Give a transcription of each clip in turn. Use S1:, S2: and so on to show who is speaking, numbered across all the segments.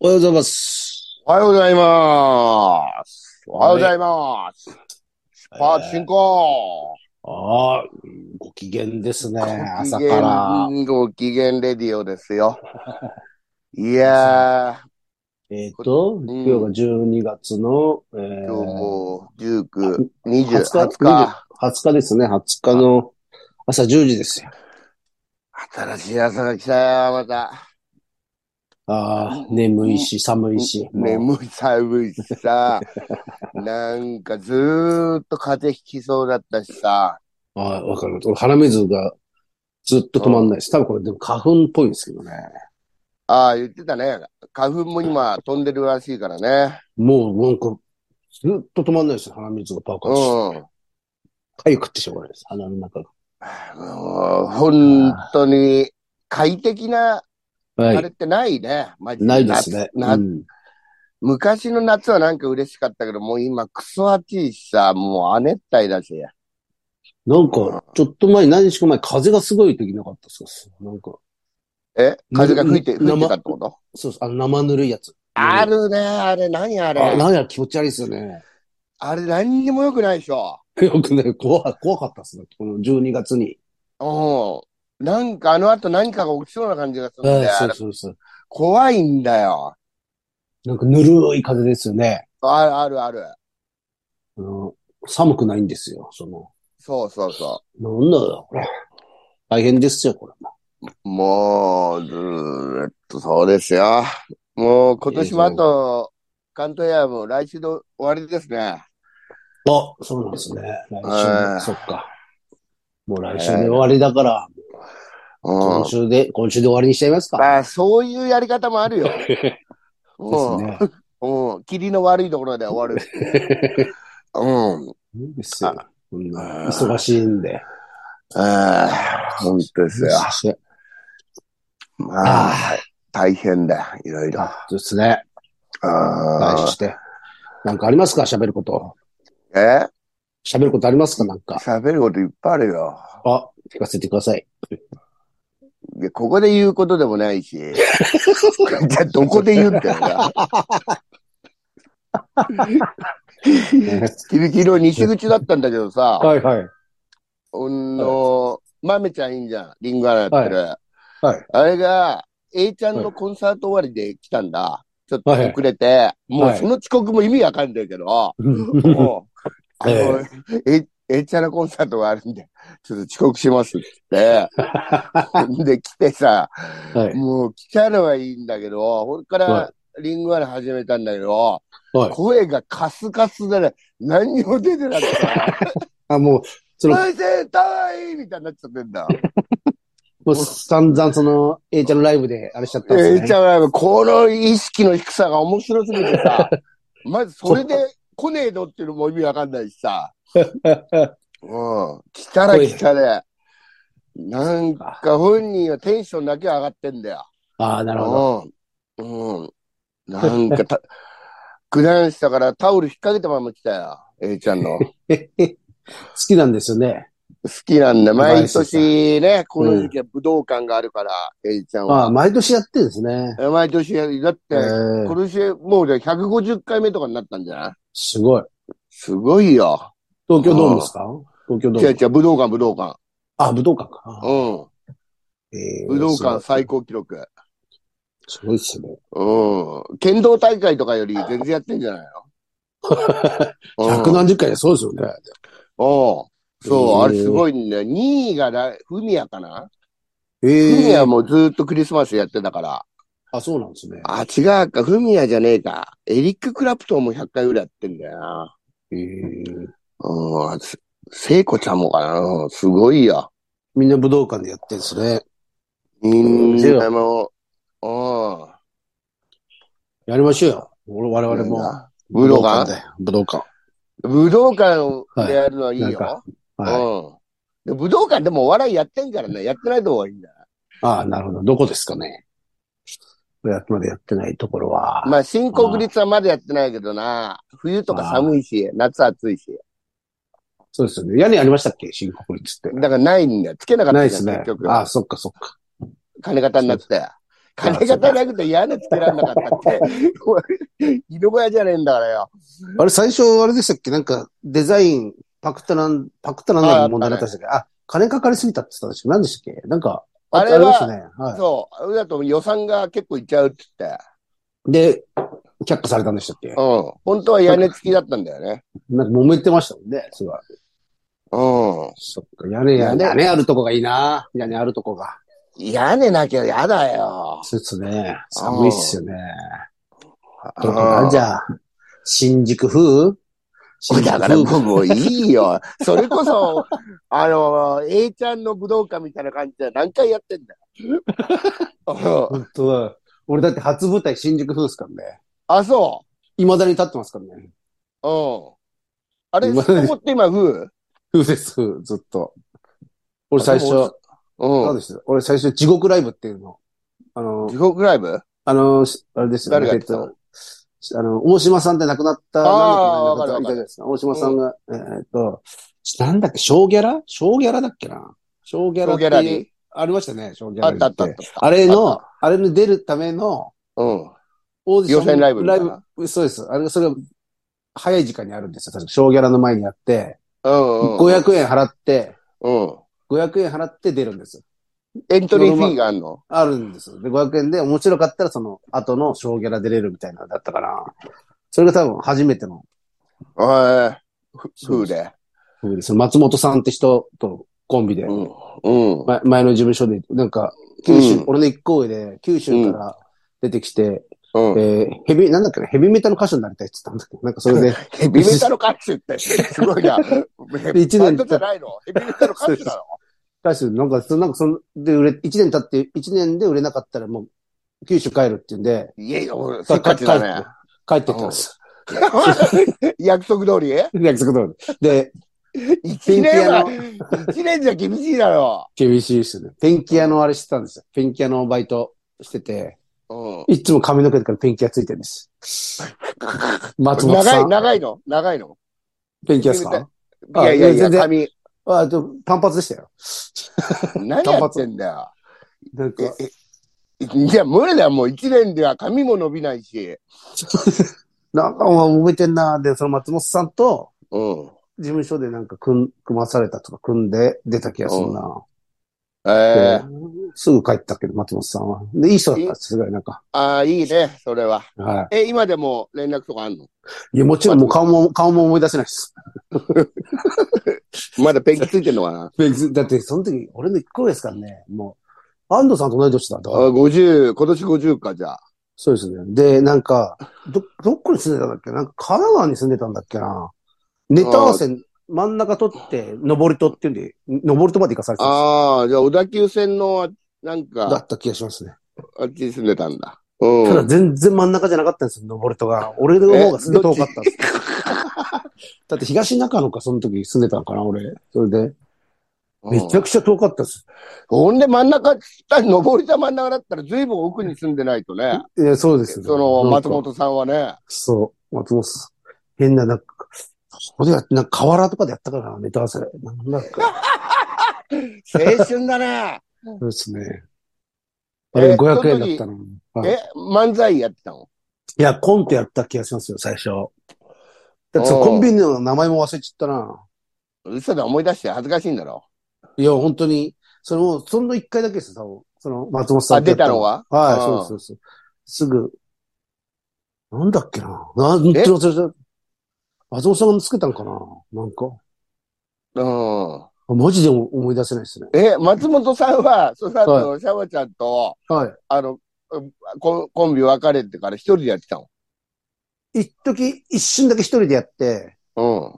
S1: おはようございます。
S2: おはようございます。おはようございます。出発進行。
S1: ああ、ご機嫌ですね。朝
S2: ご機嫌
S1: から。。
S2: ご機嫌レディオで すよ。いや
S1: えっ、と、
S2: ん
S1: 今日が12月の、え
S2: ー、
S1: ー
S2: 今日もう19、
S1: 20
S2: 20、20日。
S1: 20日ですね。20日の朝10時ですよ。
S2: 新しい朝が来たよ、また。
S1: ああ、眠いし、寒いし。もう
S2: 眠い、寒いし さ。なんかずーっと風邪ひきそうだったしさ。
S1: ああ、わかります。俺鼻水がずっと止まんないです。多分これでも花粉っぽいんですけどね。
S2: ああ、言ってたね。花粉も今飛んでるらしいからね。
S1: もうなんか、ずっと止まんないですよ。鼻水がパーカーして。
S2: うん。
S1: かゆくってしょうがないです。鼻の中
S2: もう本当に快適
S1: が。
S2: な、あ
S1: はい。
S2: れってないね。マジ
S1: ないですね。
S2: 夏な
S1: うん
S2: 昔の夏はなんか嬉しかったけど、もう今クソ暑いしさ、もう亜熱帯だし。
S1: なんか、ちょっと前、何日か前、風がすごい時なかったっすかなんか、
S2: え風が吹い
S1: う
S2: て、
S1: ん
S2: 吹いてたってこと
S1: そうそう、あの生ぬるいやつ。
S2: あるね、あれ、何あ
S1: あ
S2: れ。あ
S1: なんや、気持ち悪いっすよね。
S2: れ、何にも良くないでしょ。
S1: よくね、怖い、怖かったっすね。この12月に。
S2: うん。なんかあの後何かが起きそうな感じがするん
S1: はい
S2: だよ。あ
S1: そう
S2: れ
S1: そうそう。
S2: 怖いんだよ。
S1: なんかぬるい風ですよね。
S2: あるあるある。
S1: あの寒くないんですよ、その。
S2: そうそうそ
S1: なんだよ、これ。大変ですよ、これ。
S2: う。もう、ずーっとそうですよ。もう今年もあと、関東エアも来週で終わりですね。
S1: あ、そうなんですね。来週
S2: は
S1: も、
S2: い
S1: そっか。もう来週で終わりだから、
S2: うん
S1: 今。週で、今週で終わりにしちゃいますか。
S2: まあ、そういうやり方もある よ。
S1: です
S2: うん。
S1: ね。
S2: うん。霧の悪いところで終わる。 うん。
S1: いいですよ。こんな忙しいんで。
S2: ああ、本当ですよ。
S1: よ。
S2: まあ、大変だよ。いろいろ。
S1: そうですね。
S2: あ
S1: 大
S2: あ
S1: 事して。なんかありますか喋ること。
S2: え
S1: 喋ることありますかなんか。
S2: 喋ることいっぱいあるよ。
S1: あ、聞かせてください。
S2: いやここで言うことでもない し。じゃあ、どこで言うんだよな。君昨日西口だったんだけどさ。
S1: はい はい。
S2: うんの、豆ちゃんいいんじゃん。リンゴアナやってる。
S1: はい
S2: あれが、A ちゃんのコンサート終わりで来たんだ。ちょっと
S1: はい
S2: 遅れて、もうその遅刻も意味わかんないけ ど、もう、あの、
S1: え
S2: A, A ちゃんのコンサートがあるんで、ちょっと遅刻しますって言 って、で、来てさ、
S1: はい。
S2: もう来たのはいいんだけど、これか
S1: は
S2: らリンゴアナ始めたんだけど、
S1: はい。
S2: 声がカスカスでね、何にも出てなくて、
S1: あ、もう、 その、
S2: 大勢かわいいみたいになっちゃってんだ。
S1: もう散々その、A ちゃんのライブであれしちゃったんです
S2: え
S1: ね。
S2: えちゃんは、この意識の低さが面白すぎてさ、 まずそれで来ねえのっていうのも意味わかんないしさ、うん、来たら来たで、なんか本人はテンションだけ上がってんだよ。
S1: ああ、なるほど。
S2: うん。うん。なんかた、 九段下からタオル引っ掛けたまま来たよ、ええち ゃんの。好
S1: 好きなんですよね。
S2: きなんだ、毎年ね、この時期は武道館があるから、ええちゃん
S1: ああ、
S2: は。
S1: 毎年やってるんですね。
S2: 毎年やる、だっ
S1: え
S2: て、今年もうじゃあ150回目とかになったんじゃない
S1: すごい。
S2: すごいよ。
S1: 東京ドームですか東京ド
S2: 違う
S1: ーム。
S2: 違う、武道館、武道館。
S1: あ、武道館か。
S2: う
S1: ええ
S2: ん。武道館最高記録。
S1: すごいっすね。
S2: うん。剣道大会とかより全然やってんじゃない の
S1: 百何十回でそうですよね。
S2: うん。そ
S1: へ
S2: う、
S1: ー
S2: あれすごいんだよ。2位がらフミヤかなフ
S1: え
S2: ミ
S1: え
S2: ヤもずっとクリスマスやってたから。
S1: あ、そうなんですね。
S2: あ、違うか、フミヤじゃねえか。エリック・クラプトンも100回ぐらいやってんだよな。
S1: えー
S2: うん。せ聖子ちゃんもかな。うんすごいよ。
S1: みんな武道館でやってるんですね。
S2: みんなもう、うん。
S1: やりましょうよ。俺我々も。
S2: 武道館
S1: で武道館。
S2: 武道館でやるのはいい
S1: はいなん
S2: よ。
S1: はい。
S2: うんで。武道館でもお笑いやってんからね、やってないとこがいいんだ。
S1: ああ、なるほど。どこですかね。やまでやってないところは。
S2: まあ、新国立はまだやってないけどな。冬とか寒いし、夏暑いし。
S1: そうですよね。屋根ありましたっけ新国立って。
S2: だからないんだよ。つけなかった
S1: ないで
S2: じゃ
S1: す
S2: ん
S1: ね
S2: 結。局。
S1: ああ、そっかそっか。
S2: 金型になって。金が足りなくて嫌でつけられなかったって。井戸小屋じゃねえんだからよ。
S1: あれ、最初、あれでしたっけなんか、デザイン、パクったなん、パクったなんだの問題だったんでしたっけあ,、金かかりすぎたって言ったんですけど、何でしたっけなんか、
S2: あれ
S1: りまし
S2: は
S1: た、ね。は
S2: そう、あれだと予算が結構いっちゃうって言って。
S1: い。で、却下されたんでしたっけ
S2: うん。本当は屋根付きだったんだよね。
S1: なんか揉めてましたもんね、それは。
S2: う
S1: そっか、屋根、屋根、
S2: 屋
S1: 屋根あるとこがいいな屋根あるとこが。
S2: ん。屋根なきゃ嫌だよ。
S1: そうですね。寒いっすよね。どう
S2: う
S1: か
S2: ん
S1: なじゃあ、新宿風新宿
S2: だから
S1: 風
S2: もうもうい いよ。それこそ、あの、A ちゃんの武道館みたいな感じで何回やってんだよ。うん
S1: 本当は。俺だって初舞台新宿風ですからね。
S2: あ、そ
S1: 未だに立ってますからね。
S2: う。うん。あれ、
S1: 今
S2: そこって今、風
S1: 風です、風、ずっと。俺最
S2: あでも
S1: 初、
S2: う
S1: 何
S2: ん。
S1: でした俺最初、地獄ライブっていうの。あの
S2: 地、獄ライブ
S1: あの、しあれですよね。
S2: 誰がやってた
S1: えっとあの、大島さんって亡くなった、
S2: あー
S1: 何
S2: わかるわ
S1: 年か
S2: かる
S1: 前に亡くなったいたじゃないですか。大島さんが、えーっと、なんだっけ、小ギャラ小ギャラだっけな小ギャラ
S2: 小
S1: って
S2: ギ
S1: いう
S2: ャラリ
S1: ありましたね、小ギャ
S2: ーあ
S1: ラ
S2: っ
S1: リ
S2: た
S1: ー
S2: あ
S1: っ
S2: ってたあった。
S1: あれ
S2: あ
S1: の、あれに出るための
S2: うん。
S1: オーディション。
S2: 予選ライブみた
S1: ラ
S2: い
S1: イ
S2: な
S1: ブ、そうです。あれが、それが、早い時間にあるんですよ。確か小ギャラの前にやって、
S2: うん、うん。
S1: 500円払って、
S2: うん。
S1: 500円払って出るんです。
S2: エントリーフィーがあるの
S1: あるんですよ。で、500円で面白かったらその後の小ギャラ出れるみたいなのだったから、それが多分初めての
S2: ええ。
S1: そう
S2: 風
S1: で
S2: で。
S1: 風で、その松本さんって人とコンビで、
S2: うん。うん。
S1: ま前の事務所で、なんか、九州、
S2: うん
S1: 俺の一行上で九州から出てきて、
S2: うん。
S1: えーヘビ、なんだっけな、ヘビメタの歌手になりたいって言ったんだけど、なんかそれで、
S2: ヘビメタの歌手って、すごいな。
S1: 一
S2: バ
S1: 年
S2: ンドじゃないのヘビメタの歌手なの
S1: 歌手、なんか、そなんかその、で、売れ、1年経って、1年で売れなかったらもう、九州帰るって言うんで、
S2: いやいや、俺、せっかちだね。
S1: 帰ってったんです。
S2: 約束通り
S1: 約束通り。で、
S2: 一年は、一年じゃ厳しいだろ。
S1: 厳しいですね。ペンキ屋のあれしてたんですよ。ペンキ屋のバイトしてて、
S2: うん。
S1: いつも髪の毛からペンキ屋ついてるんです。 松本
S2: 長
S1: さ
S2: い、
S1: ん。
S2: 長いの長いの
S1: ペンキ屋です か
S2: いやいやい
S1: あ
S2: や、
S1: 全然
S2: 髪。
S1: あ、でも単発でしたよ。
S2: 何やってんだよ。
S1: なんか、
S2: ええいや、無理だよ。もう一年では髪も伸びないし。
S1: なんか、お前覚えてんな。で、その松本さんと、
S2: うん。
S1: 事務所でなんか組ん、組まされたとか、組んで出た気がするな。
S2: ええ。
S1: すぐ帰ったけど、松本さんは。で、いい人だったんです、すごい、なんか。
S2: ああ、いいね、それは。
S1: は
S2: え、今でも連絡とかあんの
S1: い。いや、もちろんもう顔も、顔も思い出せないです。
S2: まだペンキついてんのかな
S1: 別にだって、その時、俺の一個上ですからね、もう、安藤さんと同い年だっ
S2: あ
S1: たから。
S2: 50、今年50か、じゃあ。
S1: そうですね。で、なんか、ど、どっこに住んでたんだっけなんか、神奈川に住んでたんだっけな。ネタ合わせ、真ん中取って、登戸っていうんで、登戸まで行かされてたんで
S2: ああ、じゃあ小田急線の、なん
S1: すだ
S2: か、
S1: った気がしますね。
S2: あっちに住んでたんだ。うん。
S1: ただ、全然真ん中じゃなかったんですよ、登戸が。俺の方がすげえ遠かったんです。 だって、東中野か、その時住んでたのかな、俺。それで。めちゃ
S2: く
S1: くちゃ遠かったです。
S2: ほんで真ん中、下に登りた真ん中だったら随分奥に住んでないとね。
S1: えーそうですね。
S2: その、
S1: なん
S2: 松
S1: か
S2: 本さんはね。
S1: そう、松本さん。変な、なんか、そこでやって、なんか河原とかでやったからな、ネタ合わせ。なんだか、
S2: 青春だね。
S1: そうですね。
S2: え
S1: あれ500円だったの。はい
S2: え、漫才やってたの
S1: いや、コントやった気がしますよ、最初。だってその
S2: おう
S1: コンビニの名前も忘れちゃったな。
S2: 嘘だ、思い出して恥ずかしいんだろ。
S1: いや、本当に、それも、その一回だけですよ、多分。その、松本さん
S2: あ、
S1: とや
S2: 出
S1: った
S2: のは
S1: はい、
S2: うん
S1: そうです、そうです。すぐ、なんだっけな。なんて忘れた。松本さんがつけたんかななんか。
S2: うん。
S1: あマジで思い出せないですね。
S2: え、松本さんは、その後、シャワちゃんと、
S1: は
S2: あの、コンコンビ別れてから一人でやってたの。
S1: い。一時、一瞬だけ一人でやって、
S2: うん。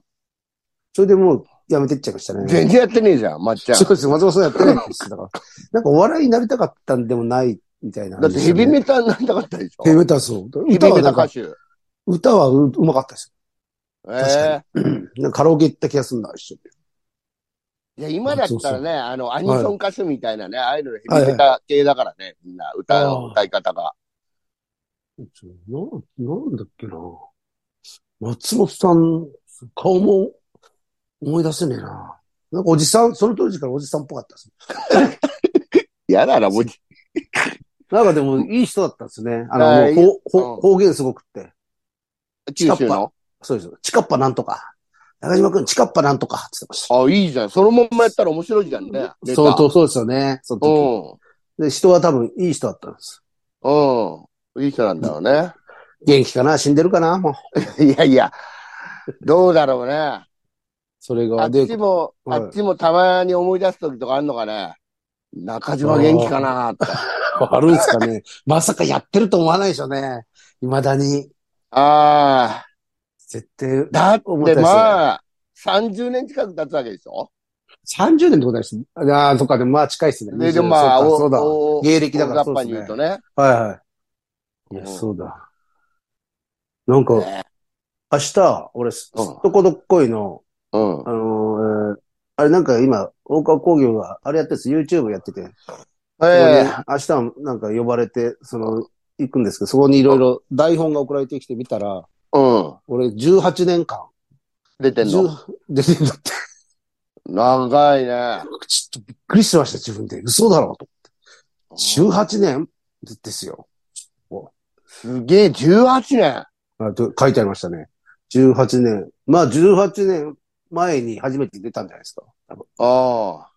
S1: それでもうやめてっちゃいましたね。
S2: 全然やってねえじゃん、まっちゃん
S1: そ。うです。松本さんやってないです。だから。なんかお笑いになりたかったんでもないみたいな、
S2: だってヘビメタになりたかったでしょ
S1: ヘビメタそう。
S2: ヘ
S1: 歌
S2: ビ
S1: は
S2: メ
S1: な
S2: タ
S1: んか
S2: 歌、手。え
S1: 歌はううまかったです。
S2: え
S1: なんかカラオケ行った気がするんだ、一緒に。
S2: いや、今だったらね、あの、アニソン歌手みたいなね、アイドルヘ
S1: はい
S2: ビメタ系だからね、みんな、歌
S1: あ
S2: の
S1: ー
S2: 歌い方が。
S1: な、なんだっけな。松本さん、顔も思い出せねえな。なんかおじさん、その当時からおじさんっぽかったです。
S2: 嫌だな、もう。
S1: なんかでも、いい人だったんですね。あ
S2: は
S1: の、
S2: い
S1: もうほ
S2: う
S1: ほ
S2: ん
S1: 方言すごくって。
S2: 九州の。
S1: そうです。チカッパなんとか。中島くん、チカッパなんとか、つってまし
S2: あ、いいじゃん。そのまんまやったら面白いじゃんね。
S1: た。そう、
S2: う。
S1: そうそうですよね。その時。で、人は多分、いい人だったんです。
S2: うん。うん。いい人なんだろうね。
S1: 元気かな死んでるかなもう。
S2: いやいや、どうだろうね。
S1: それ
S2: あ
S1: が、
S2: っ
S1: で
S2: ち、も、
S1: はい
S2: あっちもたまに思い出す時とかあるのかね。中島元気かな って。
S1: あるんですか ね。まさかやってると思わないでしょうね。未だに。
S2: ああ。
S1: 絶対。
S2: だっ
S1: 思った
S2: て
S1: やつ
S2: まあ、30年近く経つわけでしょ
S1: 30年ってことです。ああ、そっか、でもまあ近いですね。
S2: で、でもまあ、
S1: そうか
S2: お
S1: そうだ。
S2: お
S1: 芸歴だから
S2: 大雑把に言うとね。
S1: はいはい。いや、
S2: うん
S1: そうだ。なんか、明日、俺、す
S2: うん
S1: っとこどっこいの、
S2: うん
S1: あ。のーえーあれなんか今、大川工業が、あれやってるんです YouTube やってて、
S2: ええ。
S1: そこに明日なんか呼ばれて、その、行くんですけど、そこにいろいろ台本が送られてきてみたら、
S2: うん。
S1: 俺18年間、
S2: 出てんの。
S1: 10出てんだって、
S2: 長いね。
S1: ちょっとびっくりしました、自分で。嘘だろ、と。18年ですよ。
S2: すげえ、18年。
S1: あと書いてありましたね。18年。まあ、18年前に初めて出たんじゃないですか。多分
S2: ああ。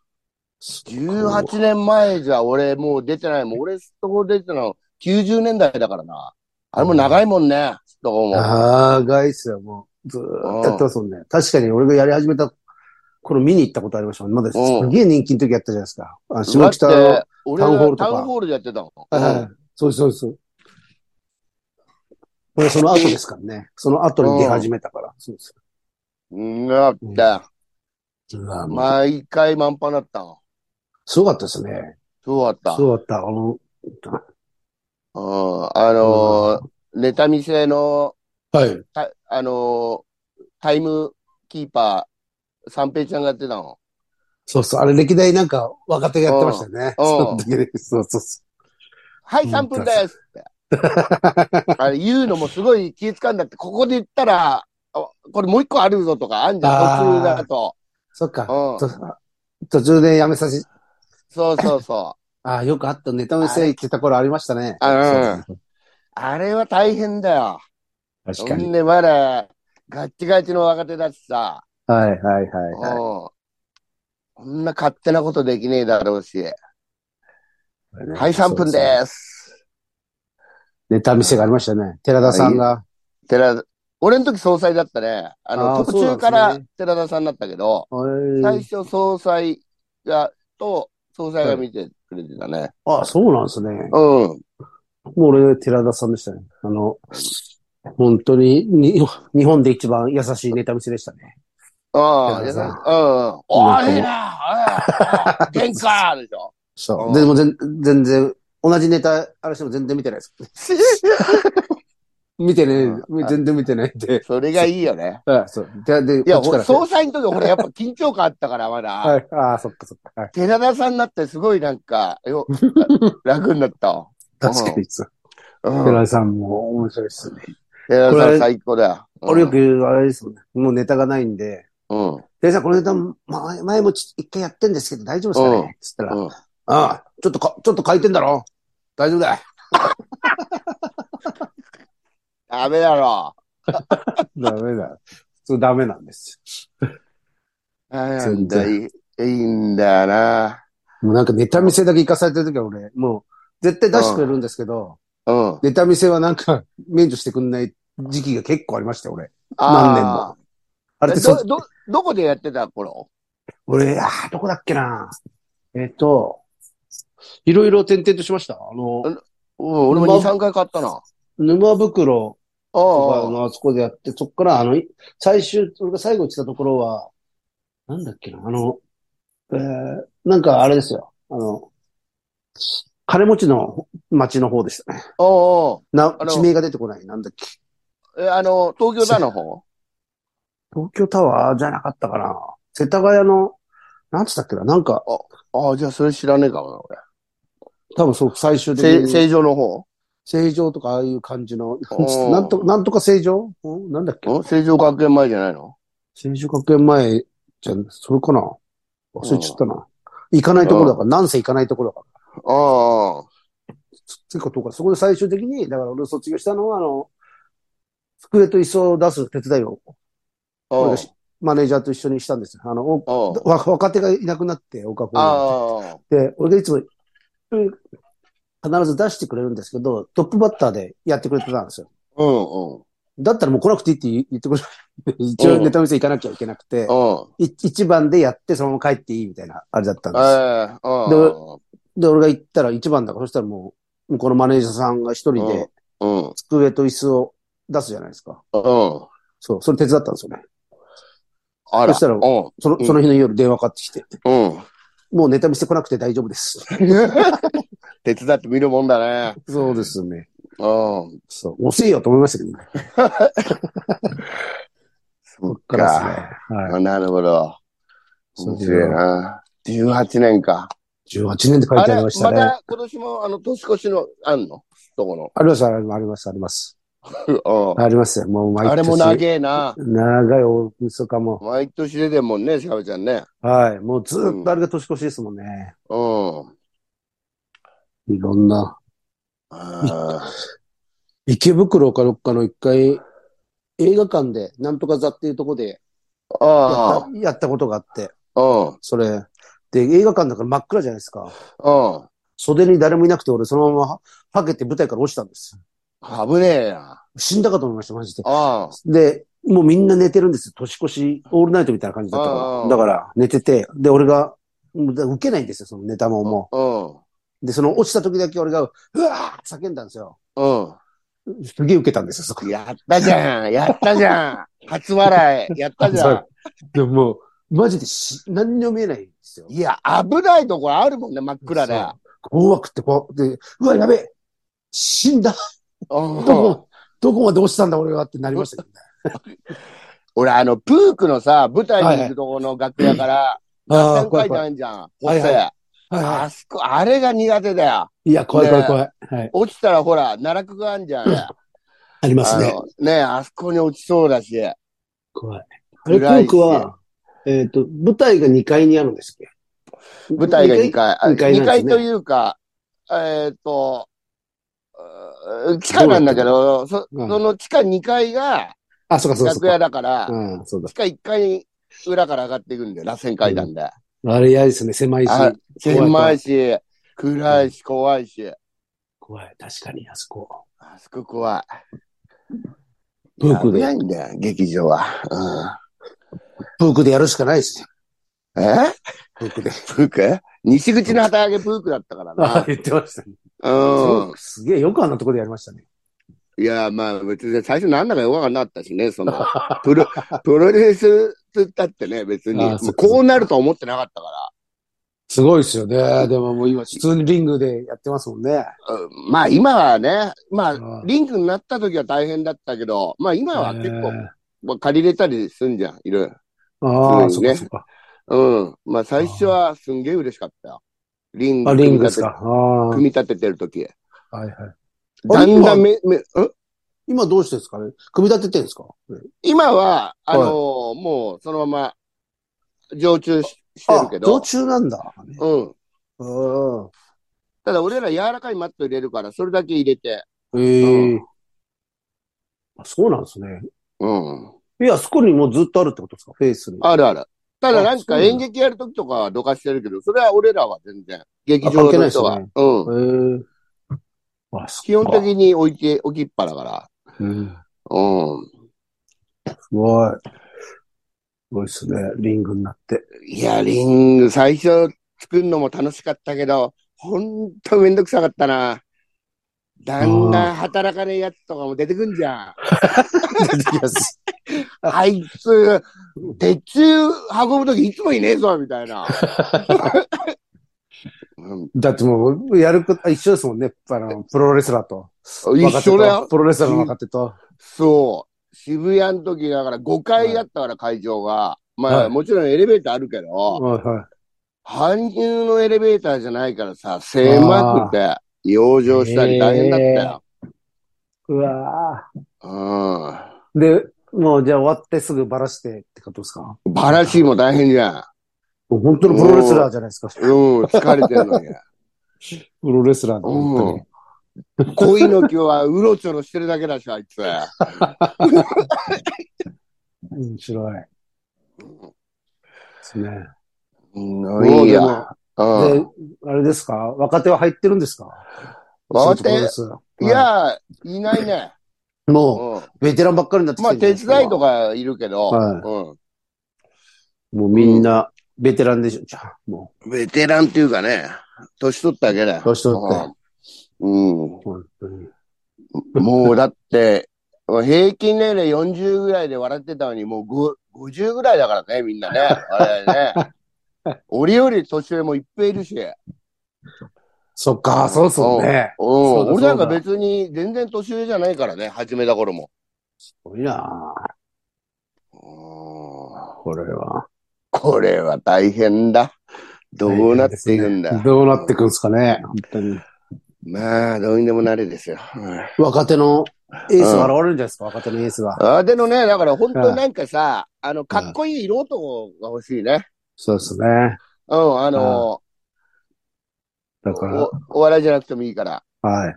S2: 18年前じゃ俺もう出てないもん。俺、すっとこ出てたの90年代だからな。あれも長いもんね、すっとこも。
S1: 長いっすよ、もう。ずーっとやってますもんね。確かに俺がやり始めた頃見に行ったことありましたもん。まだす
S2: うん
S1: げえ人気の時やったじゃないですか。あ下北
S2: だ
S1: の
S2: って、俺が
S1: タウンホールと
S2: タ
S1: か
S2: ウンホールでやってたの。
S1: はいはい。そうです、そうです。これその後ですからね。その後に出始めたから。そうです。
S2: うん、だって、
S1: うわもう
S2: 毎回満帆だったの。
S1: すごかったですね。
S2: そうだった。
S1: す
S2: うん。
S1: ごかった。あの、
S2: あのー、ネタ見せの
S1: はい。
S2: た、あのータイムキーパー、三平ちゃんがやってたの。
S1: そうそう。あれ歴代なんか若手がやってましたよね。
S2: うん
S1: その時ねそうそうそう。
S2: はい、
S1: うん
S2: 3分です って。あれ言うのもすごい気使うんだって、ここで言ったら、あこれもう一個あるぞとか、あんじゃ
S1: あ
S2: ん、
S1: ー
S2: 途中だと。
S1: そっか。
S2: うん。
S1: と途中でやめさせ、
S2: そうそうそう。
S1: ああ、よくあった。ネタ見せ行ってた頃ありましたね。
S2: ああれは大変だよ。
S1: 確
S2: ほん。で、まだ、ガッチガチの若手だしさ。
S1: はいはいはい、はい。
S2: うん。こんな勝手なことできねえだろうし。はい、3分
S1: す。
S2: です。
S1: ネタ見せがありましたね。寺田さんが。
S2: 寺田、俺の時総裁だったね。あの、
S1: あー
S2: 途中
S1: そ
S2: か
S1: うなん
S2: ら
S1: で
S2: 寺田さんだったけど、
S1: は
S2: 最
S1: い。
S2: 初総裁が、と、総裁が見てくれてたね。
S1: ああ、そうなんですね。
S2: うん。
S1: もう俺、寺田さんでしたね。あの、本当にに、日本で一番優しいネタ見せでしたね。
S2: あ
S1: 寺
S2: あ、
S1: 田
S2: 優しい。う
S1: さん
S2: ん。おー、いいなおい元気かで しょ。
S1: そうう。
S2: ん
S1: でも全全然、同じネタ、あれしても全然見てないです。見てね
S2: う、ん
S1: 全然見てないんで。
S2: それがいいよね。
S1: はい、そう。で、で、
S2: いや、
S1: こっちから
S2: 俺総裁の時俺やっぱ緊張感あったから、まだ。
S1: はい。ああ、そっかそっか。はい。
S2: 寺田さんになってすごいなんか、 よ、楽になったわ。
S1: 確かにそう。
S2: うん
S1: 寺田さんも面白いですね。
S2: 寺田さん最高だよ。うん
S1: 俺よく言う、あれですもんね。もうネタがないんで、
S2: うん。うん。
S1: 寺田さんこのネタ、前前もち一回やってんですけど大丈夫ですか
S2: うん
S1: ねつったら、ああ、ちょっとか、ちょっと書いてんだろ大丈夫だよ。
S2: ダメだろ。
S1: ダメだ。普通ダメなんです。
S2: なんだ、いいいいんだよな。
S1: もうなんかネタ見せだけ行かされてるときは俺、もう絶対出してくれるんですけど、
S2: うん。あ
S1: ネタ見せはなんか免除してくんない時期が結構ありましたよ、俺。何年
S2: あ
S1: も。あれってそ
S2: ど、ど、どこでやってた頃
S1: 俺、ああ、どこだっけな。えっ、と、いろいろ転々としました。あの、
S2: うん、俺
S1: ま
S2: も2、3回買ったな。
S1: 沼袋
S2: あ
S1: とか
S2: あ、
S1: のあそこでやって、そっからあの、い最終、俺が最後行ってたところは、なんだっけな、あの、えー、なんかあれですよ。あの、金持ちの町の方でしたね。
S2: おう
S1: な、
S2: あの
S1: 地名が出てこない。なんだっけ。
S2: おうえ、あの、東京だの方
S1: 東京タワーじゃなかったかな。世田谷の、なんつったっけな、なんか、
S2: ああ、じゃあそれ知らねえかもな、俺。
S1: 多分そう、最終的
S2: せ
S1: に。
S2: 正常の方
S1: 正常とかああいう感じの、
S2: おー
S1: なんと、なんとか正常んなんだっけ
S2: うん正常学園前じゃないの
S1: 正常学園前じゃん、それかな忘れちゃったな。行かないところだから、なんせ行かないところだか
S2: ああ、
S1: 結構遠かった。そこで最終的に、だから俺卒業したのは、あの、机と椅子を出す手伝いを、
S2: うん
S1: 私マネージャーと一緒にしたんですよ。あの、お
S2: うん
S1: わ若手がいなくなって、岡子が。
S2: あ
S1: で、俺がいつも、うん必ず出してくれるんですけど、トップバッターでやってくれてたんですよ。
S2: あ、うんうん。
S1: だったらもう来なくていいって言言ってくれる。一応ネタ見せ行かなきゃいけなくて、
S2: う
S1: い
S2: ん。
S1: 一番でやってそのまま帰っていいみたいな、あれだったん
S2: え
S1: です。
S2: えうん
S1: でで、俺が行ったら一番だから、そしたらもう、向こうのマネージャーさんが一人で
S2: うん。
S1: 机と椅子を出すじゃないですか。
S2: うん。
S1: そう、それ手伝ったんですよね。
S2: あら。
S1: そしたら
S2: うん。うん。
S1: その、その日の夜電話かかってきて、もうネタ見せ来なくて大丈夫 です。
S2: 手伝ってみるもんだね。
S1: そうですね。
S2: うん。
S1: そう、遅いよと思いましたけどね。
S2: そっ
S1: からですね。はい。
S2: あなるほど。面白いな。18年か。
S1: 18年で書い
S2: あ
S1: てあり
S2: れ、
S1: ま
S2: ま
S1: したね。
S2: た今年もあの年越しのあんのとこの。
S1: あります、あります、あります。
S2: うん
S1: ありますよ。もう毎年。
S2: あれも長えな。
S1: 長い大晦日も。
S2: 毎年出てるもんね、しかべちゃんね。
S1: はい。もうずっとあれが年越しですもんね。
S2: うん。
S1: いろんな。
S2: あ
S1: 池袋かどっかの一回、映画館で、なんとか座っていうとこで
S2: ーあ
S1: やった、やったことがあって、
S2: ー。うん。
S1: それ。で、映画館だから真っ暗じゃないですか。
S2: うん。
S1: 袖に誰もいなくて、俺そのままは、はけて舞台から落ちたんです。
S2: 危ねえな。
S1: 死んだかと思いました、マジで。
S2: あ
S1: で、もうみんな寝てるんですよ。年越し、オールナイトみたいな感じだった
S2: うんうん
S1: か
S2: うん
S1: ら。だから、寝てて、で、俺が、うんだ受けないんですよ、そのネタもも
S2: あ。うん。
S1: う。で、その落ちた時だけ俺が、うわーって叫んだんですよ。
S2: う
S1: すげえ受けたんですよ、そこ
S2: ん。。やったじゃん。やったじゃん。初笑い。やっ たじゃん。
S1: でももう、マジでし、何にも見えないんですよ。
S2: いや、危ないところあるもんね、真っ暗で。
S1: そう怖くて、怖くて、うわ、やべえ死んだ ど
S2: うん、
S1: こ、どこまで落ちたんだ俺はってなりましたけどね。
S2: 俺、あの、プークのさ、舞台に行くところの楽屋から、
S1: ああ、
S2: 何
S1: 怖い
S2: 回
S1: 怖い。
S2: なんじゃん。
S1: はいはい
S2: 補正
S1: はいは
S2: あそこ、あれが苦手だよ。
S1: い。いや、怖い怖い怖い。はい。
S2: 落ちたらほら、奈落があんじゃん。
S1: あります
S2: あ
S1: ね。
S2: のねあそこに落ちそうだし。
S1: 怖い。あれ、ト
S2: 暗い
S1: ー
S2: し
S1: クは、えっ、と、舞台が2階にあるんですっけ
S2: 舞台が2階。
S1: 二階
S2: 二
S1: なんですね
S2: というか、えっ、と、うん地下なんだけど、そ
S1: うん
S2: その地下2階が
S1: あ、そうかそうかそう
S2: 楽
S1: か。
S2: 屋だから、
S1: うん、そうだ
S2: 地。下1階裏から上がっていくんだよ、螺旋階段で。
S1: あれ嫌ですね、狭いし。
S2: あ狭
S1: 怖い
S2: いし、暗いし、怖いし。
S1: 怖い。確かに、あそこ。
S2: あそこ怖い。
S1: プーク
S2: 危な
S1: で、
S2: いんだよ、劇場は。
S1: プークでやるしかないですね。
S2: うん、え
S1: プークで。
S2: プーク西口の旗揚げプークだったから
S1: あ
S2: な。
S1: 言ってましたね。
S2: うん。
S1: すげえ、よくあんなとこでやりましたね。
S2: いや、まあ別に最初なんだかよくわかんなかったしね、その、 プロ、プロレスだってね、別に、
S1: ああ
S2: も
S1: そうう
S2: こうなるとは思ってなかったか
S1: すごいですよね。でももう今、普通にリングでやってますもんね。
S2: ら、うんまあ今はね、まあ、
S1: あ
S2: リンクになった時は大変だったけど、まあ今は結構、まあ、借りれたりすんじゃん、いろい
S1: ああ、
S2: 普通
S1: そうか
S2: にね
S1: そうか。
S2: ろ。うん。まあ最初はすんげえ嬉しかったよ。リン
S1: あ、
S2: グ
S1: リン
S2: 組
S1: グ
S2: み
S1: です
S2: 立て
S1: か。、ああ、は
S2: 組
S1: い
S2: み立ててる時。
S1: はい。
S2: だんだん
S1: 今
S2: め、め、ん
S1: 今どうしてですかね組み立ててるんですか
S2: 今は、あのーもうそのまま、常駐ししてるけ
S1: あ、道
S2: ど、
S1: 中なんだ。
S2: うん。
S1: うん。
S2: ただ俺ら柔らかいマット入れるから、それだけ入れて。
S1: ええあそうなんですね。
S2: うん。
S1: いや、そこにもうずっとあるってことですかフェイスに。
S2: あるある。ただなん
S1: あそう
S2: か
S1: なんだ
S2: 演劇やるときとかはどかしてるけど、それは俺らは全然。劇
S1: あ
S2: 場
S1: 関係な
S2: の
S1: いです
S2: 人は。
S1: よね
S2: う
S1: え
S2: ん。
S1: えあ、
S2: 基本的
S1: に。
S2: に置いて、置きっぱだから。
S1: うん。
S2: うん。
S1: すごい。すごいですね。リングになって。
S2: いや、リング、最初作るのも楽しかったけど、ほんとめんどくさかったな。だんだん働かねえやつとかも出てくんじゃん。あいつ、鉄柱運ぶときいつもいねえぞ、みたい な。うん
S1: だってもう、やること、一緒ですもんね。あの、プロレスラーと。
S2: 一緒
S1: 若手
S2: だよ
S1: と。プロレスラーの若手と。
S2: そう。渋谷の時だから5階だったから会場が。ま
S1: は
S2: あ
S1: い
S2: もちろんエレベーターあるけど、
S1: はいは
S2: 搬入のエレベーターじゃないからさ、狭くて、養生したり大変だったよ。
S1: い。うわ
S2: う
S1: ーで、もうじゃあ終わってすぐバラしてってことですか
S2: ん。バラシーも大変じゃん。
S1: もう本当のプロレスラーじじゃないですか。
S2: うん、疲れてるのに。
S1: プロレスラーの、
S2: うん
S1: 本
S2: 恋の木はうろちょろしてるだけだし、あいつ。
S1: 面白い。ですね。
S2: うん、いいや。うん。
S1: で、あれですか若手は入ってるんですか
S2: 若
S1: そう
S2: 手
S1: いうところです
S2: いや、いないね。
S1: いも
S2: うん
S1: う、ベテランばっかりになってき
S2: ま
S1: て
S2: あ、
S1: るんじゃ
S2: 手
S1: ないですか
S2: 伝いとかいるけど、
S1: は
S2: う
S1: もうみんな、ベテランでしょ、じゃあ、も
S2: ん。ベテランっていうかね、年取っただけだよ。
S1: 年取って
S2: うん。
S1: う、本当に。
S2: うんもうだって、平均年齢40ぐらいで笑ってたのに、もうご50ぐらいだからね、みんなね。あれね。俺より年上もいっぺいいるし。
S1: そっか、そうそうね。
S2: う
S1: そうだ
S2: ん、俺なんか
S1: そうだ
S2: 別に全然年上じゃないからね、始めた頃も。
S1: すごいな
S2: うん
S1: これは。
S2: これは大変だ。どうなっていくんだ。
S1: どうなっていくんですかね、本当に。
S2: まあ、どうにでもなれですよ。うん
S1: 若手のエースが現れるんじゃないですか、若手のエースが。
S2: あでもね、だから本当になんかさ、あの、かっこいい色男が欲しいね。
S1: そうですね。
S2: うん、あの、
S1: だから
S2: お、お笑いじゃなくてもいいから。
S1: はい。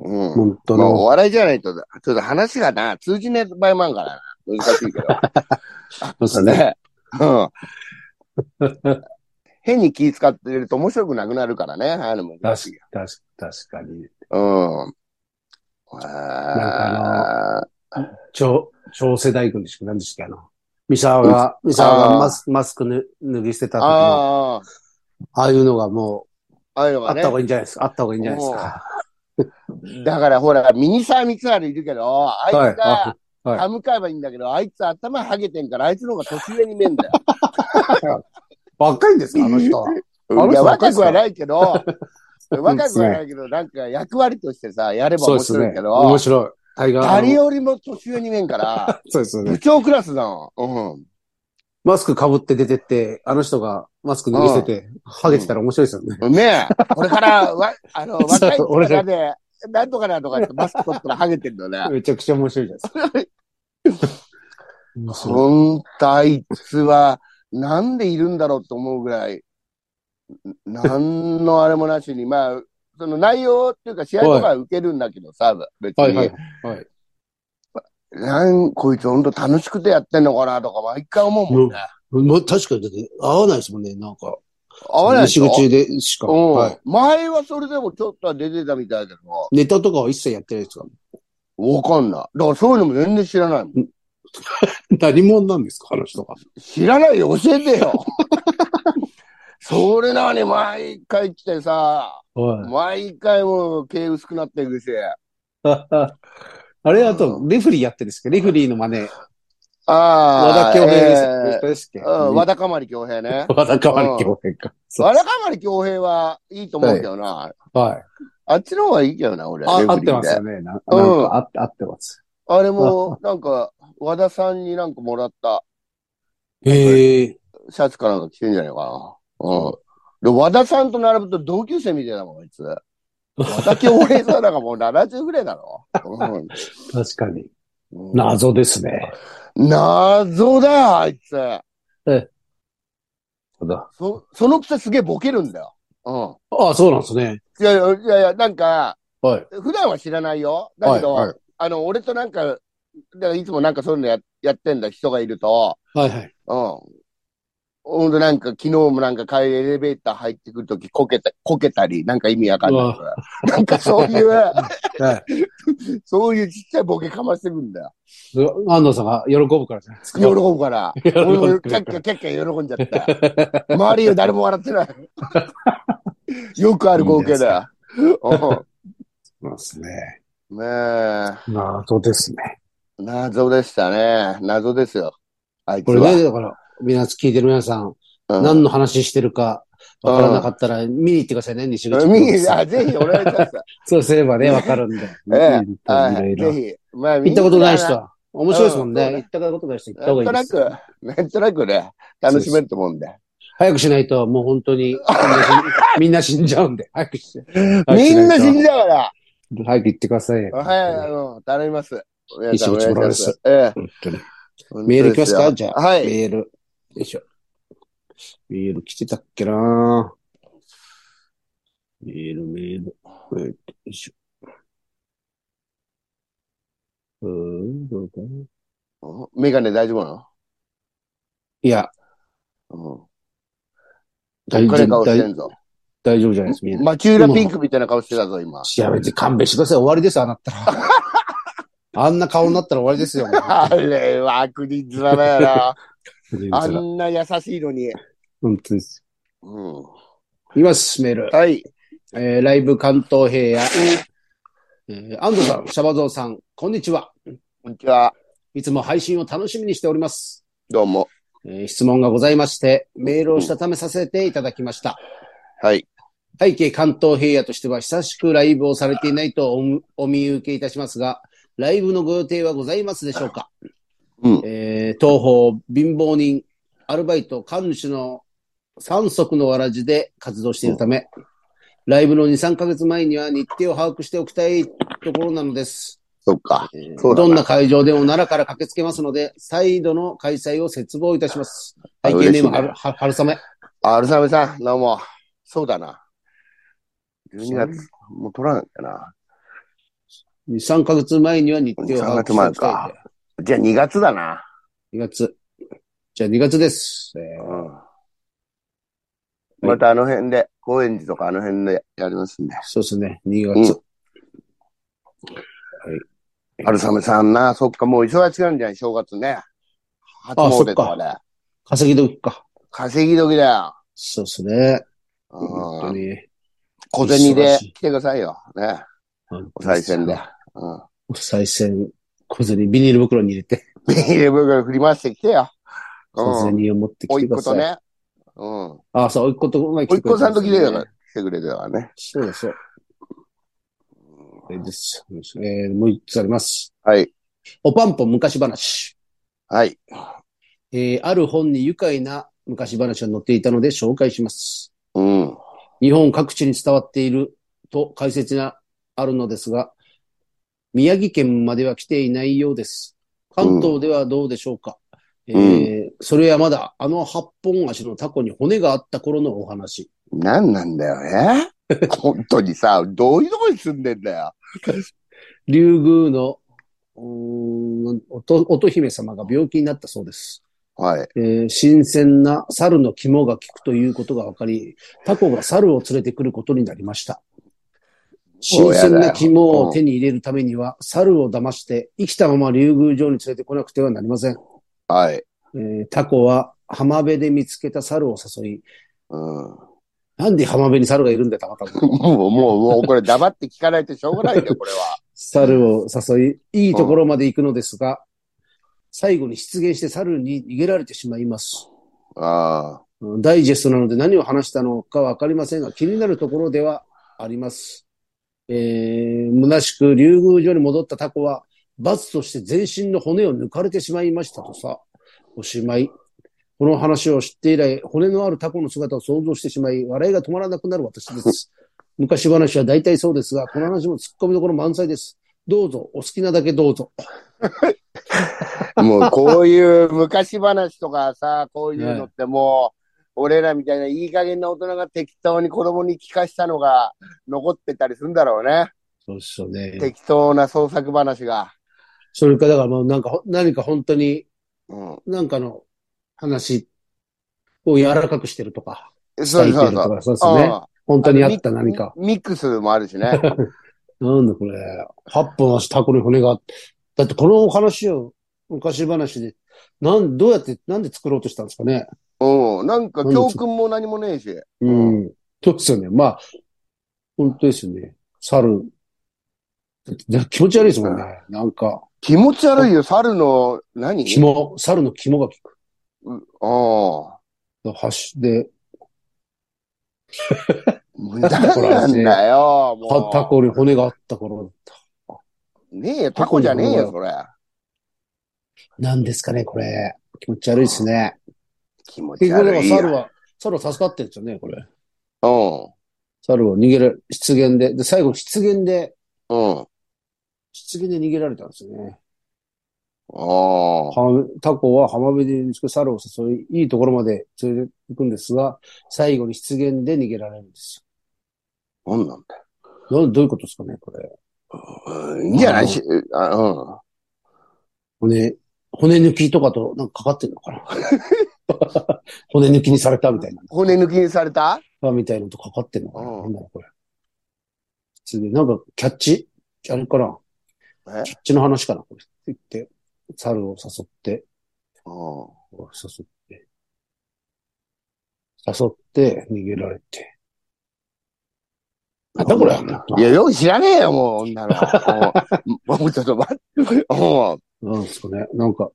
S2: うん。
S1: 本当
S2: まあ、お
S1: の。
S2: 笑いじゃないと、ちょっと話がな、通じない場合もあるからな。難しいけど。
S1: そうです ね。
S2: ね。うん。 変に気使ってると面白くなくなるからね。あの、難しい
S1: 確か確か確かに。
S2: よ。うん。
S1: な
S2: あ
S1: 超、超世代軍でしか何でしたっけ、あの。三沢が、三沢がマスマスクぬ脱ぎ捨てた
S2: ー
S1: 時の、あ
S2: あー、
S1: あいうのがも
S2: ああいうの
S1: う、あ
S2: が
S1: っ
S2: ね
S1: た。方がいいんじゃないですか。あった方がいいんじゃないですか。
S2: だからほら、ミニサーミツアルいるけど、あいつ
S1: はい
S2: が
S1: あ、はい
S2: 歯向かえばいいんだけど、あいつ頭ハゲてんから、あいつの方が年上に見えんだよ。
S1: 若いんですか、あの人は。あの人
S2: いや、
S1: 若い
S2: 若
S1: っす
S2: く
S1: か
S2: はないけど、
S1: うで
S2: 若
S1: す
S2: く
S1: ね
S2: はないけど、なんか役割としてさ、やれば
S1: そう
S2: 面
S1: です
S2: 白
S1: ね
S2: いけ。ど
S1: 面、白い。タイガーあ
S2: 誰
S1: の。
S2: よりも年上に見えんから、
S1: そうですよ
S2: 部
S1: ね。
S2: 長クラスだもん。うん。
S1: マスク被って出てって、あの人がマスク脱ぎ捨てて、ハゲてたら面白いですよね。
S2: ねえ、これから、わ、あの、
S1: そう
S2: 若い
S1: 俺
S2: 力
S1: ら
S2: で、なんとかなんとかってマスク取ったらハゲてんだよね。
S1: めちゃくちゃ面白いじゃない ですか。面白い
S2: ほんと、あいつは、なんでいるんだろうと思うぐらい、なんのあれもなしに、まあ、その内容っていうか試合とかは受けるんだけどさ、別に。
S1: はいはい。はい。
S2: なん、こいつほんと楽しくてやってんのかなとか、毎回思うもんね。
S1: もう確かに、だって合わないですもんね、なんか。
S2: 合わないでし
S1: 西
S2: ょ
S1: 口でしか。
S2: うん、
S1: はい。
S2: 前はそれでもちょっとは出てたみたいだけど、
S1: ネタとかは一切やってないですか
S2: わかんない。だからそういうのも全然知らないもん。
S1: 何者なんですか、あの人が。
S2: 知らないよ、教えて よ。それなのに毎回来てさ、
S1: はい。
S2: 毎回もう毛薄くなっていくし。
S1: あれ、あと、レフェリーやってるんですけど、レフェリーの真似、
S2: あ
S1: 和
S2: あ。
S1: 田恭平です
S2: えー
S1: ですっけ
S2: うん、和田かまり恭平ね。
S1: 和田川の恭平か。 そう
S2: 和田かまり恭平はいいと思うけどな。
S1: はい。
S2: あっちの方がいいけどな、俺。
S1: あ
S2: レフ
S1: 合
S2: ェ
S1: っ
S2: リーで
S1: てますよね。ななんか
S2: うん
S1: あ合ってます。
S2: あれも、なんか、和田さんになんかもらった
S1: へえ。
S2: シャツかなんか着てんじゃないかな。うん。で、和田さんと並ぶと同級生みたいなもん、あいつ。和田恭平さんなんかもう70ぐらいだろ。うん
S1: 確かに。
S2: うん
S1: 謎ですね。
S2: 謎だよ、あいつ。
S1: あ、
S2: そ、そのくせすげえボケるんだよ。う
S1: そうなんですね。
S2: ん。いやいや、いやいや、なんか、
S1: はい。
S2: 普段は知らないよ。だけど、
S1: はいはい
S2: あの、俺となんか、だからいつもなんかそういうのややってんだ人がいると、
S1: はいはい。
S2: うん。ほんとなんか昨日もなんか帰りエレベーター入ってくるときこけた、こけたり、なんか意味わかんないから。なんかそうい う、
S1: はい。
S2: そういうちっちゃいボケかましてくんだよ。
S1: 安藤さんが喜ぶからじゃないですか。
S2: 喜ぶから。
S1: 喜
S2: 俺もキ
S1: ぶ
S2: ャッキャキャッキャ喜んじゃった。周りよ誰も笑っ てない。よくある光景だよ。
S1: ますね。
S2: うんねえ、
S1: 謎ですね。
S2: 謎でしたね。謎ですよ。あいつ
S1: これ
S2: は。
S1: ね、だから、皆さん聞いてる皆さん、
S2: うん
S1: 何の話してるか、わからなかったら、見に行ってくださいね、西口。
S2: 見に、あ、ぜひお願いします。
S1: そうすればね、わかるんで。
S2: ええ
S1: 見に行っ
S2: は
S1: てい
S2: い、
S1: ろ
S2: ぜ
S1: いろ。
S2: ひ。まあ、
S1: 行ったことない人は、面白いですもん
S2: うんそう
S1: ね。
S2: ね
S1: 行ったことない人行った
S2: な
S1: 方
S2: ん
S1: が
S2: と
S1: いいで
S2: な
S1: す。
S2: く、なんとなくね、楽しめると思うんで。
S1: 早くしないと、もう本当 に、みんな死んみんな死んじゃうんで、早くして。
S2: みんな死ん
S1: じ
S2: じゃうから、
S1: 早く行ってくださいよ。
S2: はい、あの、頼みます。皆さん
S1: 石口プロレス。
S2: お願いし
S1: 本当に。
S2: ますええ。
S1: メール行きますかじゃあ。
S2: はい。
S1: メール。よいしょ。メール来てたっけなメール、メール。えーっと、よいしょ。うーん、どうかな。
S2: あメガネ大丈夫ない
S1: や、
S2: のう
S1: 大
S2: ん。
S1: 丈夫
S2: どっかね顔してんぞ。
S1: 大丈夫じゃないです、みんな。
S2: マチューラピンクみたいな顔してたぞ、今。
S1: いや、別に勘弁してください。終わりです、あなた ら。あんな顔になったら終わりですよ。もう
S2: あれは悪人 面だよな。あ
S1: 本
S2: んな優しいのに。
S1: 当です。
S2: うん。
S1: いきます、メール。
S2: はい。
S1: えーライブ関東平野。えー、安藤さん、シャバゾウさん、こんにちは。
S2: こんにちは。
S1: いつも配信を楽しみにしております。
S2: どうも。
S1: えー質問がございまして、メールをしたためさせていただきました。
S2: はい。
S1: 背景関東平野としては久しくライブをされていないとおお見受けいたしますが、ライブのご予定はございますでしょうか
S2: うん。
S1: えー東方貧乏人、アルバイト、神主の三足のわらじで活動しているため、ライブの2、3ヶ月前には日程を把握しておきたいところなのです。
S2: そっか。
S1: えー
S2: そうだな
S1: どんな会場でも奈良から駆けつけますので、再度の開催を絶望いたします。
S2: あ
S1: 背景ネーム、
S2: 嬉しいね
S1: はは春雨。
S2: あ、アルサメさん、どうも。そうだな。12月、もう取らなきゃな。
S1: 2、3ヶ月前には日程を把握しておきたい
S2: 2 3ヶ月じゃあ2月だな。
S1: 2月。じゃあ2月です。えー
S2: うん。またあの辺で、高円寺とかあの辺でやりますんで。
S1: そうですね、2
S2: うん
S1: 月。
S2: アルサメさんな、そっか、もう忙しくなるんじゃない正月ね。初
S1: あそっか
S2: 詣とかで。
S1: 稼ぎ時か。
S2: 稼ぎ時だよ。
S1: そうですね。本
S2: う
S1: 当
S2: ん。
S1: に。
S2: 小銭
S1: 忙
S2: で
S1: しい
S2: 来てくださいよ。ね。お賽銭で。うん。
S1: お賽銭、小銭、ビニール袋に入れて、
S2: ビニール袋振り回してきてよ。
S1: 小
S2: うん。
S1: 銭を持ってき
S2: おい
S1: て
S2: っ
S1: くだ
S2: 子
S1: さ
S2: と
S1: い。
S2: ね。うん。
S1: あ、そう、おいっ子と、おい
S2: おいっ子さんと来てから来てくれてたからね。
S1: そうだそう。えーです。えーもう一つあります。
S2: はい。
S1: おぱんぽ昔話。
S2: はい。
S1: えーある本に愉快な昔話が載っていたので紹介します。
S2: うん。
S1: 日本各地に伝わっていると解説があるのですが、宮城県までは来ていないようです。関東ではどうでしょうか、
S2: ん
S1: えーそれはまだあの八本足のタコに骨があった頃のお話。
S2: なんなんだよ ね。本当にさ、どういうとこに住んでんだよ。
S1: 竜宮の、うーん、乙乙姫様が病気になったそうです。
S2: はい。
S1: えー新鮮な猿の肝が効くということが分かり、タコが猿を連れてくることになりました。新鮮な肝を手に入れるためには、猿を騙して生きたまま竜宮城に連れてこなくてはなりません。
S2: はい。
S1: えータコは浜辺で見つけた猿を誘い、
S2: うん。
S1: なんで浜辺に猿がいるんだよ、たまたま。
S2: もう、もう、もう、これ黙って聞かないとしょうがない よ、これは。
S1: 猿を誘い、いいところまで行くのですが、最後に出現して猿に逃げられてしまいます。
S2: ああ。
S1: ダイジェストなので何を話したのかわかりませんが、気になるところではあります。えー、虚しく竜宮城に戻ったタコは、罰として全身の骨を抜かれてしまいましたとさ、おしまい。この話を知って以来、骨のあるタコの姿を想像してしまい、笑いが止まらなくなる私です。 昔話は大体そうですが、この話も突っ込みどころ満載です。どうぞ、お好きなだけどうぞ。
S2: もう、こういう昔話とかさ、こういうのってもう、俺らみたいないい加減な大人が適当に子供に聞かしたのが残ってたりするんだろうね。
S1: そうですよね。
S2: 適当な創作話が。
S1: それか、だからもうなんかほ、何か本当に
S2: うん。
S1: なんかの話を柔らかくしてるとか、
S2: そう
S1: 伝
S2: そ
S1: え
S2: う
S1: てる
S2: そ
S1: と
S2: う。
S1: か、そうですよね。本当にあった
S2: の
S1: 何か。
S2: ミミックスもあるし ね。
S1: なんだこれ。八本足タコに骨があって。だってこのお話を昔話で、なん、どうやって、なんで作ろうとしたんですかね。
S2: うん。なんか教訓も何もねえし。
S1: うん。そうですよね。まあ、本当ですよね。猿。だって気持ち悪いですもんね。なんか、
S2: 気持ち悪いよ、猿の、何
S1: 肝、猿の肝が効く。
S2: うん。ああ。
S1: 箸で、
S2: 何なんだよ、も
S1: は
S2: う。
S1: タコに骨があった頃だった。
S2: ねえよ、タコじゃねえよ、それ。
S1: なんですかね、これ。気持ち悪いですね。
S2: 気持ち
S1: 結局、
S2: 悪いよ。
S1: 猿は、猿は助かってるんですよね、これ。
S2: う
S1: 猿は逃げられ、出現で、で、最後、出現で、
S2: ん。うん。
S1: 出現で逃げられたんですよね。
S2: ああ。
S1: はタコは浜辺で見つけ猿を誘い、いいところまで連れて行くんですが、最後に出現で逃げられるんです
S2: 何なんだ
S1: どうどういうことですかね、これ。
S2: よ。うんいいんじゃないし、あうん。
S1: 骨、骨抜きとかとなんかかかってんのかな 骨抜きにされたみたいな。
S2: 骨抜きにされた
S1: あみたいなのとかかってんのかな、
S2: うん
S1: なんだろうこれ。すげえ、なんかキャッチあれかな
S2: え
S1: キャッチの話かなこれ。言って、猿を誘って、
S2: うん。
S1: 誘って、誘って逃げられて。なんだこれ
S2: いや、よく知らねえよ、もう、女の。もうもうちょっと待って。も
S1: なんですかねなんか、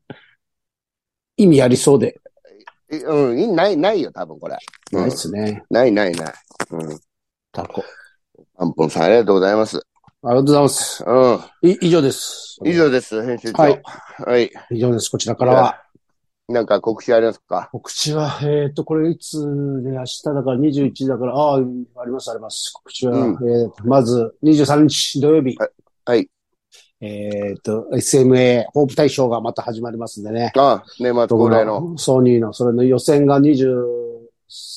S1: 意味ありそうで、
S2: う、いうんい、ない、ないよ、多分これ。うん
S1: ないっすね。
S2: ない、ない、ない。うん。
S1: タコ。
S2: アンポンさん、ありがとうございます。
S1: ありがとうございます。
S2: うん。
S1: い以上です。
S2: 以上です、編集長。
S1: はい。
S2: はい。
S1: 以上です。こちらからは。
S2: なんか告知ありますか
S1: 告知は、えっ、と、これいつで、明日だから21だから、ああ、あります、あります。告知は、
S2: うん
S1: えーとまず23日土曜日。
S2: はい。
S1: えっ、と、SMA ホープ大賞がまた始まりますんでね。
S2: あ、年末恒例の。
S1: ソニーの、それの予選が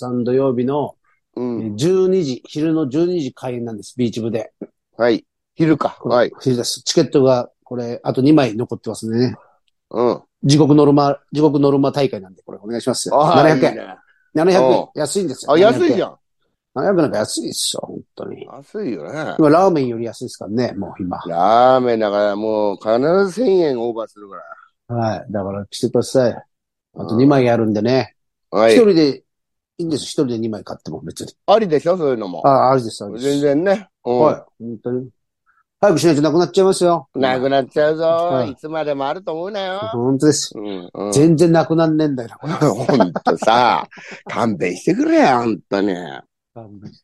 S1: 23土曜日の
S2: う
S1: えー
S2: ん。
S1: 12時、昼の12時開演なんです、ビーチ部で。
S2: はい。昼か。はい。
S1: 昼です。チケットが、これ、あと2枚残ってますんでね。
S2: うん。
S1: 地獄ノルマ、地獄ノルマ大会なんで、これお願いしますよ。
S2: あ
S1: 700
S2: いい
S1: 円。
S2: ね
S1: 700円
S2: お。
S1: 安いんですよ。
S2: あ、安い
S1: 700円
S2: じゃん。
S1: 700なんか安いっすよ、本当に。
S2: 安いよね。
S1: 今、ラーメンより安いですからね、もう今。
S2: ラーメンだからもう必ず1000円オーバーするから。
S1: はい。だから来てください。あと
S2: うん
S1: 2枚あるんでね。
S2: は
S1: 一
S2: い。
S1: 人で、いいんです。一人で2枚買っても別に。
S2: ありでしょそういうのも
S1: あ。あ、あるです、あるです。
S2: 全然ね。うん
S1: はい。本当に。早くしないとなくなっちゃいますよ。
S2: なくなっちゃうぞ、
S1: はい
S2: い。つまでもあると思うなよ。
S1: 本当です。
S2: うん。うん、
S1: 全然なくなんねえんだよな、これ。
S2: ほんとさ、勘弁してくれよ、ほんとに。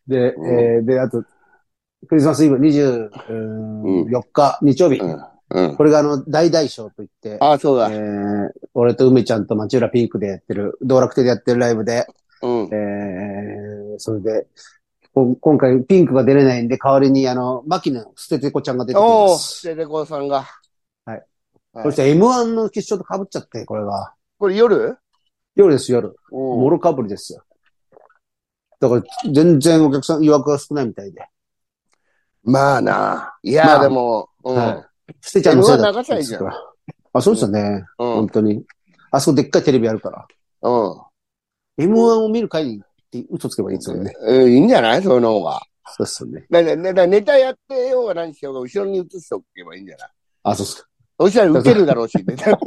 S1: で、
S2: うん
S1: えー、で、あと、クリスマスイブ24日、日曜日
S2: う。ん。うん。
S1: これがあの、大大賞といって、
S2: あ、そう
S1: え
S2: だ。
S1: ー、俺と梅ちゃんと町浦ピンクでやってる、道楽亭でやってるライブで、
S2: うん。
S1: えー、それで、こ今回ピンクが出れないんで、代わりにあの、牧野捨ててこちゃんが出てき
S2: お
S1: ま
S2: お
S1: す。
S2: デデコさんが。
S1: はい。
S2: は
S1: そ
S2: い
S1: し、て M1 の決勝と被っちゃって、これは。
S2: これ夜
S1: 夜です、夜。
S2: お
S1: もろかぶりですよ。だから、全然お客さん予約が少ないみたいで。
S2: まあな。い
S1: ま
S2: や、
S1: あ
S2: でも、うん。
S1: はい捨てちゃんのせいだ
S2: M1 流せばいいじゃん
S1: あ、そうですよね。
S2: うん。
S1: 本当に。あそこでっかいテレビあるから。
S2: うん。
S1: M1 を見る会って嘘つけばいいんですよね。
S2: うん、いいんじゃないそういうの方が。
S1: そうですよね。
S2: だだだだネタやってようが何しようが後ろに移しておけばいいんじゃない
S1: あ、そうっすか。
S2: そしたら受けるだろうし、 ネタ
S1: いや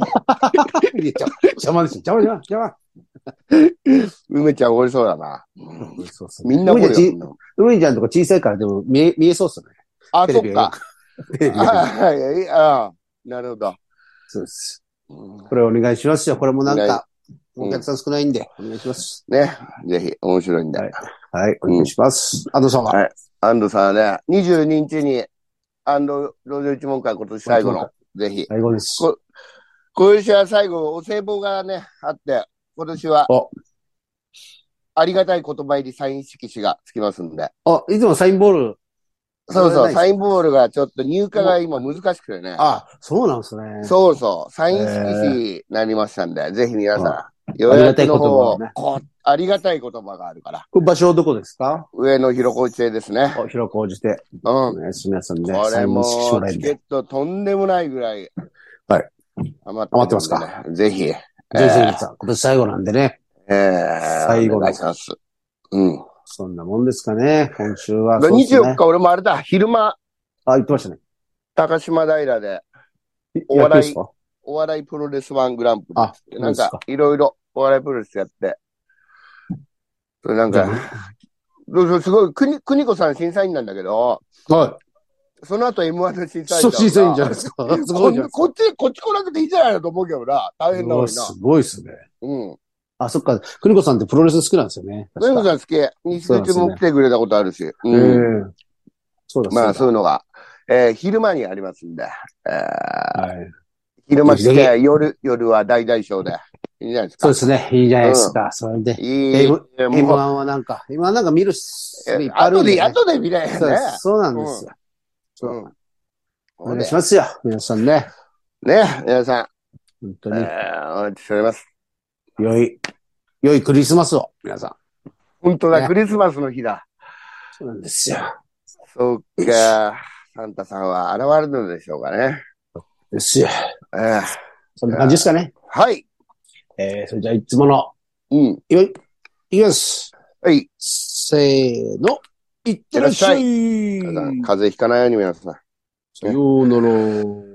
S1: 邪魔ですよ。邪魔、邪魔、
S2: 梅ちゃん怒りそうだな。
S1: 邪魔。そうっすね
S2: みんな怒
S1: 梅
S2: る
S1: ちゃ
S2: よ
S1: ん。うみちゃんとか小さいからでも見え、見えそうっすね。
S2: あ、
S1: テ
S2: そ
S1: レ
S2: っ
S1: ビ
S2: か。あ
S1: は
S2: はい、ああなるほど。
S1: そうです。
S2: うん
S1: これお願いしますよ。これもなん
S2: お願い
S1: か、
S2: う
S1: お
S2: ん
S1: 客さん少ないんで、お願いします。
S2: ね、ぜひ、面白いんだ。
S1: はい、お願いします。安藤さんは
S2: はい安藤さんはね、22日に、安藤老女一問会今年最後の、ぜひ。
S1: 最後です。
S2: こ今年は最後、お歳暮がね、あって、今年は
S1: お、
S2: ありがたい言葉入りサイン色紙がつきますんで。
S1: あ、いつもサインボール。
S2: そうそう、サ
S1: イン。
S2: インボールがちょっと入荷が今難しくてね。
S1: あ、そうなんですね。
S2: そうそう、サイン色紙になりましたんで、ぜひ皆さん、予
S1: ありがた
S2: 約
S1: い言
S2: の
S1: 葉
S2: 方を
S1: をね
S2: こありがたい言葉があるから、
S1: これ場所はどこですか
S2: 上野広小路亭ですね。
S1: お広く応じて、
S2: うん。
S1: お願いします。皆
S2: こ
S1: さんで、サ
S2: れ
S1: イン
S2: も
S1: もしてもらえ
S2: チ
S1: るん
S2: ケ
S1: で。
S2: ットとんでもないぐらい。
S1: はい。
S2: 余って
S1: 余ってますか
S2: るんでねぜひ。え
S1: ぜひぜひ皆さん、今年最後なんでね。
S2: ー
S1: 最後の
S2: お願いします。うん。
S1: そんなもんですかね。今週は。そうですね
S2: 24日、俺もあれだ、昼間、
S1: あ、言ってましたね。
S2: 高島平で、
S1: い
S2: お笑い
S1: やってるんですか
S2: お笑いプロレスワングランプリ
S1: あ、
S2: って、なん
S1: そうです
S2: か、いろいろお笑いプロレスやって、それなん
S1: じゃ
S2: か、そうそうすごい、くに、くにこさん審査員なんだけど、
S1: は
S2: その後 M1 の審
S1: い。
S2: 査員
S1: そう、審査員じゃない
S2: ん。
S1: ですか。す
S2: こ
S1: ごい
S2: ん
S1: じゃないですか
S2: こっち、こっち来なくていいじゃないのと思うけどな。大変な
S1: う
S2: の
S1: わ
S2: にな
S1: す。ごいですね。
S2: うん。
S1: あ、そっか。邦子さんってプロレス好きなんですよね。
S2: くにこ
S1: ん。
S2: さん好き。日
S1: そうなんで
S2: 中
S1: すね
S2: も来てくれたことあるし。
S1: う
S2: うん
S1: ん。そうだ、
S2: まあ、そう
S1: う
S2: いうのが、えー昼間にありますんで、えー
S1: だ。はい。
S2: 昼間し
S1: ぜひ
S2: て、夜、夜は大大賞で、いいんじゃないですか。
S1: そうですね。いいじゃないですか。それで。
S2: いい。
S1: えー
S2: えー
S1: M1
S2: もう
S1: はなんか、今なんか見るし、
S2: え
S1: いっぱいある
S2: 後
S1: んで
S2: で、
S1: ね。
S2: 後で見れるよ
S1: そう
S2: ね
S1: で。すそうなんですよ。そう
S2: うん
S1: お願いしますよ。皆さんね。
S2: ね、皆さん、
S1: 本当
S2: え
S1: に。
S2: ー、お待ちしております。
S1: 良い、良いクリスマスを、皆さん。
S2: 本当だ、
S1: ね
S2: クリスマスの日だ。
S1: そうなんですよ。
S2: そうか。サンタさんは現れるのでしょうかね。
S1: ですよ。
S2: ええ
S1: そんな感じですかね。
S2: はい。
S1: えー、それじゃあ、いつもの、
S2: うん。
S1: いきます。
S2: はい。
S1: せーの。いってらっしゃい。
S2: 皆さん風邪ひかないように皆さん。
S1: さようなら。